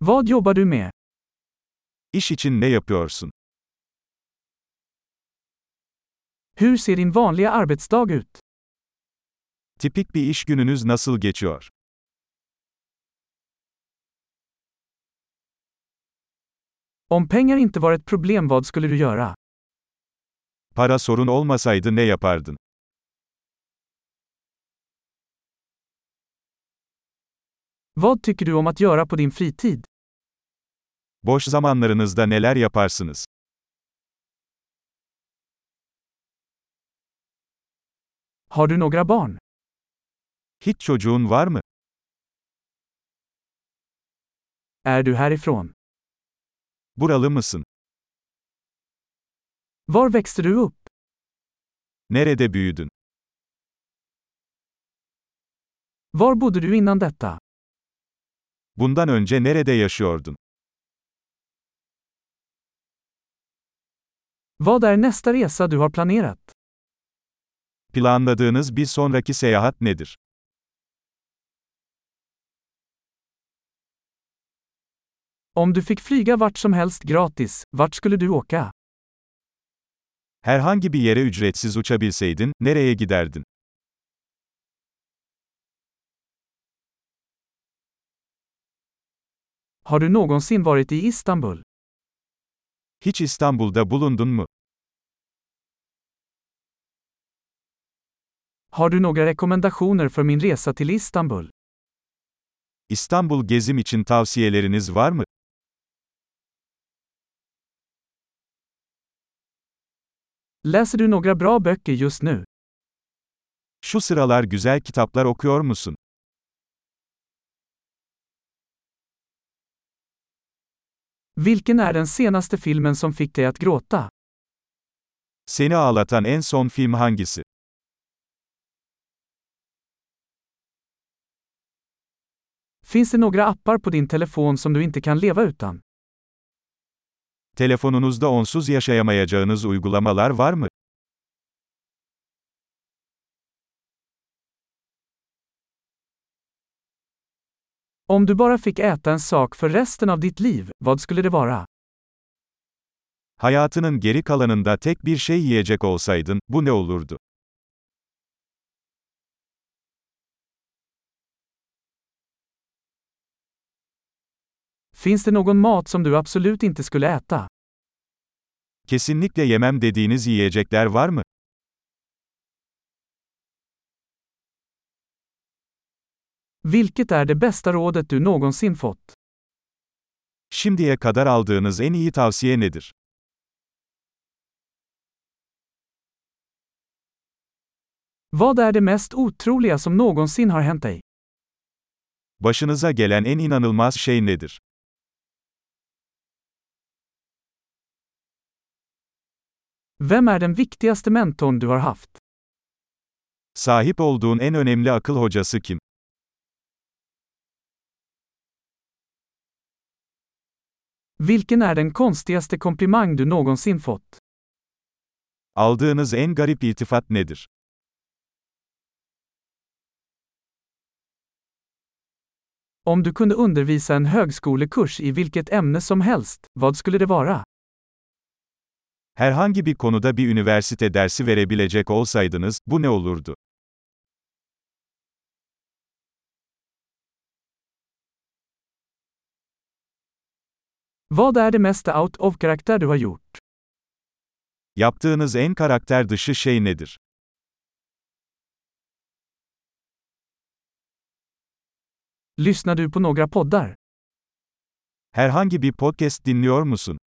Vad jobbar du med? İş için ne yapıyorsun? Hur ser din vanliga arbetsdag ut? Tipik bir iş gününüz nasıl geçiyor? Om pengar inte var ett problem vad skulle du göra? Para sorun olmasaydı ne yapardın? Vad tycker du om att göra på din fritid? Boş zamanlarınızda neler yaparsınız? Har du några barn? Hiç çocuğun var mı? Är du härifrån? Buralı mısın? Var växte du upp? Nerede büyüdün? Var bodde du innan detta? Bundan önce nerede yaşıyordun? Vad är nästa resa du har planerat? Planladığınız bir sonraki seyahat nedir? Om du fick flyga vart som helst gratis, vart skulle du åka? Herhangi bir yere ücretsiz uçabilseydin, nereye giderdin? Har du någonsin varit i Istanbul? Hiç İstanbul'da bulundun mu? Har du några rekommendationer för min resa till Istanbul? İstanbul gezim için tavsiyeleriniz var mı? Läser du några bra böcker just nu? Şu sıralar güzel kitaplar okuyor musun? Vilken är den senaste filmen som fick dig att gråta? Seni ağlatan en son film hangisi? Finns det några appar på din telefon som du inte kan leva utan? Telefonunuzda onsuz yaşayamayacağınız uygulamalar var mı? Om du bara fick äta en sak för resten av ditt liv, vad skulle det vara? Hayatının geri kalanında tek bir şey yiyecek olsaydın, bu ne olurdu? Finns det någon mat som du absolut inte skulle äta? Kesinlikle yemem dediğiniz yiyecekler var mı? Vilket är det bästa rådet du någonsin fått? Şimdiye kadar aldığınız en iyi tavsiye nedir? Vad är det mest otroliga som någonsin har hänt dig? Başınıza gelen en inanılmaz şey nedir? Vem är den viktigaste mentorn du har haft? Sahip olduğun en önemli akıl hocası kim? Vilken är den konstigaste komplimang du någonsin fått? Aldığınız en garip iltifat nedir? Om du kunde undervisa en högskolekurs i vilket ämne som helst, vad skulle det vara? Herhangi bir konuda bir üniversite dersi verebilecek olsaydınız, bu ne olurdu? Vad är det mesta out of karaktär du har gjort? Yaptığınız en karakter dışı şey nedir? Lyssnar du på några poddar? Herhangi bir podcast dinliyor musun?